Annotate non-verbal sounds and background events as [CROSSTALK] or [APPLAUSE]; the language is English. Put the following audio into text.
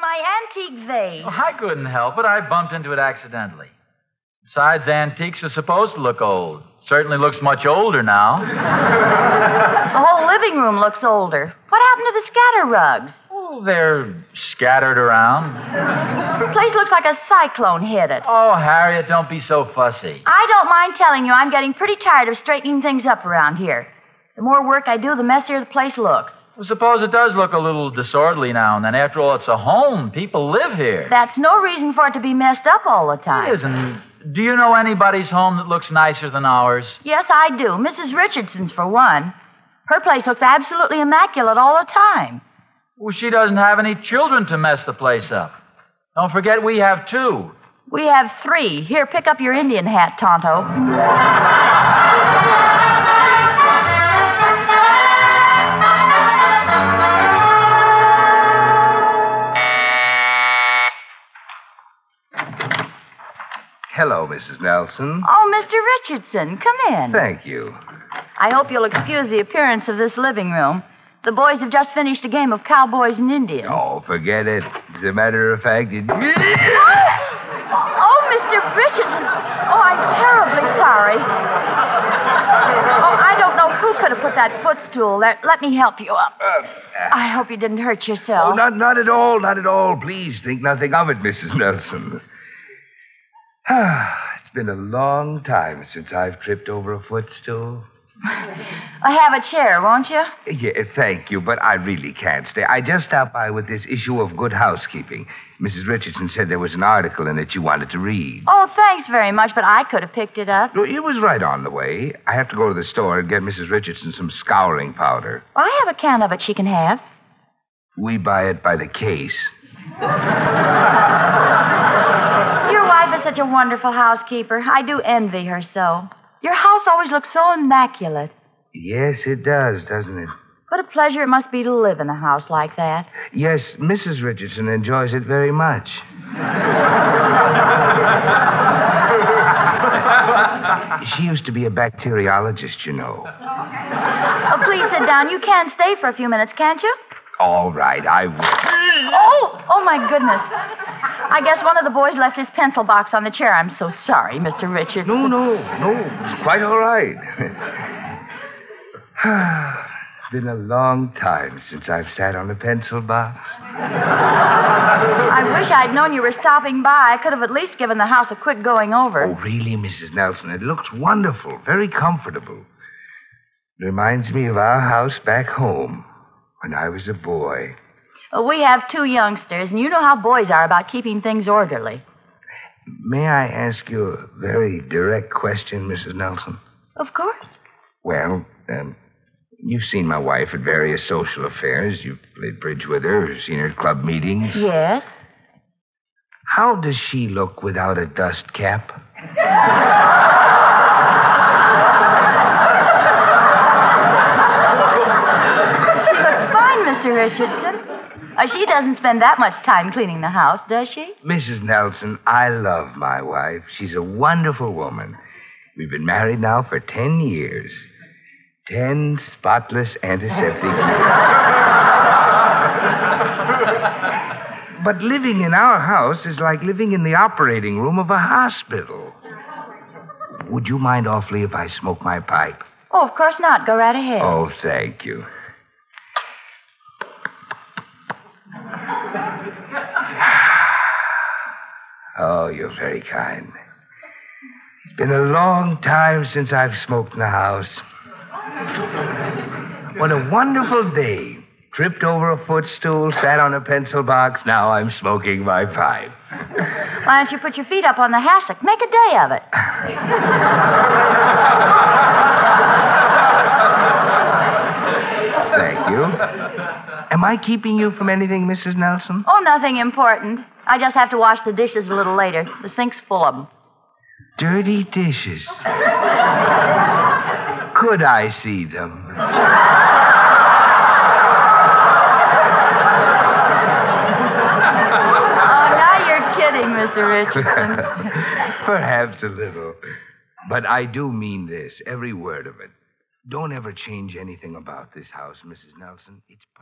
my antique vase. Well, I couldn't help it. I bumped into it accidentally. Besides, antiques are supposed to look old. Certainly looks much older now. The whole living room looks older. What happened to the scatter rugs? oh, they're scattered around. The place looks like a cyclone hit it. Oh, Harriet, don't be so fussy. I don't mind telling you, I'm getting pretty tired of straightening things up around here. The more work I do, the messier the place looks. Well, suppose it does look a little disorderly now and then. After all, it's a home. People live here. That's no reason for it to be messed up all the time. It isn't. Do you know anybody's home that looks nicer than ours? Yes, I do. Mrs. Richardson's, for one. Her place looks absolutely immaculate all the time. Well, she doesn't have any children to mess the place up. Don't forget, we have two. We have three. Here, pick up your Indian hat, Tonto. Hello, Mrs. Nelson. Oh, Mr. Richardson, come in. Thank you. I hope you'll excuse the appearance of this living room. The boys have just finished a game of cowboys and Indians. Oh, forget it. As a matter of fact, it. [GASPS] Oh, Mr. Richardson. Oh, I'm terribly sorry. Oh, I don't know who could have put that footstool there. Let me help you up. I hope you didn't hurt Uh, Oh, yourself. not, not at all, not at all. Please think nothing of it, Mrs. Nelson. [SIGHS] it's been a long time since I've tripped over a footstool. I have a chair, won't you? Yeah, thank you, but I really can't stay. I just stopped by with this issue of good housekeeping. Mrs. Richardson said there was an article in it you wanted to read. Oh, thanks very much, but I could have picked it up. Well, It was right on the way. I have to go to the store and get Mrs. Richardson some scouring powder. I have a can of it she can have. We buy it by the case. Your wife is such a wonderful housekeeper. I do envy her so. Your house always looks so immaculate. Yes, it does, doesn't it? What a pleasure it must be to live in a house like that. Yes, Mrs. Richardson enjoys it very much. she used to be a bacteriologist, you know. Oh, please sit down. You can stay for a few minutes, can't you? All right, I will. Oh, oh my goodness. I guess one of the boys left his pencil box on the chair. I'm so sorry, Mr. Richards. No, no, no. It's quite all right. [SIGHS] Been a long time since I've sat on a pencil box. I wish I'd known you were stopping by. I could have at least given the house a quick going Oh, over. really, Mrs. Nelson, it looks wonderful, very comfortable. Reminds me of our house back home when I was a boy. Oh. Uh, We have two youngsters, and you know how boys are about keeping things orderly. May I ask you a very direct question, Mrs. Nelson? Of course. Well, um, you've seen my wife at various social affairs. You've played bridge with her, seen her at club meetings. Yes. How does she look without a dust cap? She looks fine, Mr. Richardson. Uh, she doesn't spend that much time cleaning the house, does she? Mrs. Nelson, I love my wife. She's a wonderful woman. We've been married now for ten years. Ten spotless antiseptic years. but living in our house is like living in the operating room of a hospital. Would you mind awfully if I smoke my pipe? Oh, of course not. Go right ahead. Oh, thank you. [SIGHS] Oh, you're very kind. It's been a long time since I've smoked in the house. What a wonderful day. Tripped over a footstool, sat on a pencil box, now I'm smoking my pipe. Why don't you put your feet up on the hassock? Make a day of it. Thank you. Am I keeping you from anything, Mrs. Nelson? Oh, nothing important. I just have to wash the dishes a little later. The sink's full of them. Dirty dishes. Could I see them? [LAUGHS] Oh, now you're kidding, Mr. [LAUGHS] Richardson. Perhaps a little. But I do mean this, every word of it. Don't ever change anything about this house, Mrs. Nelson. It's perfect.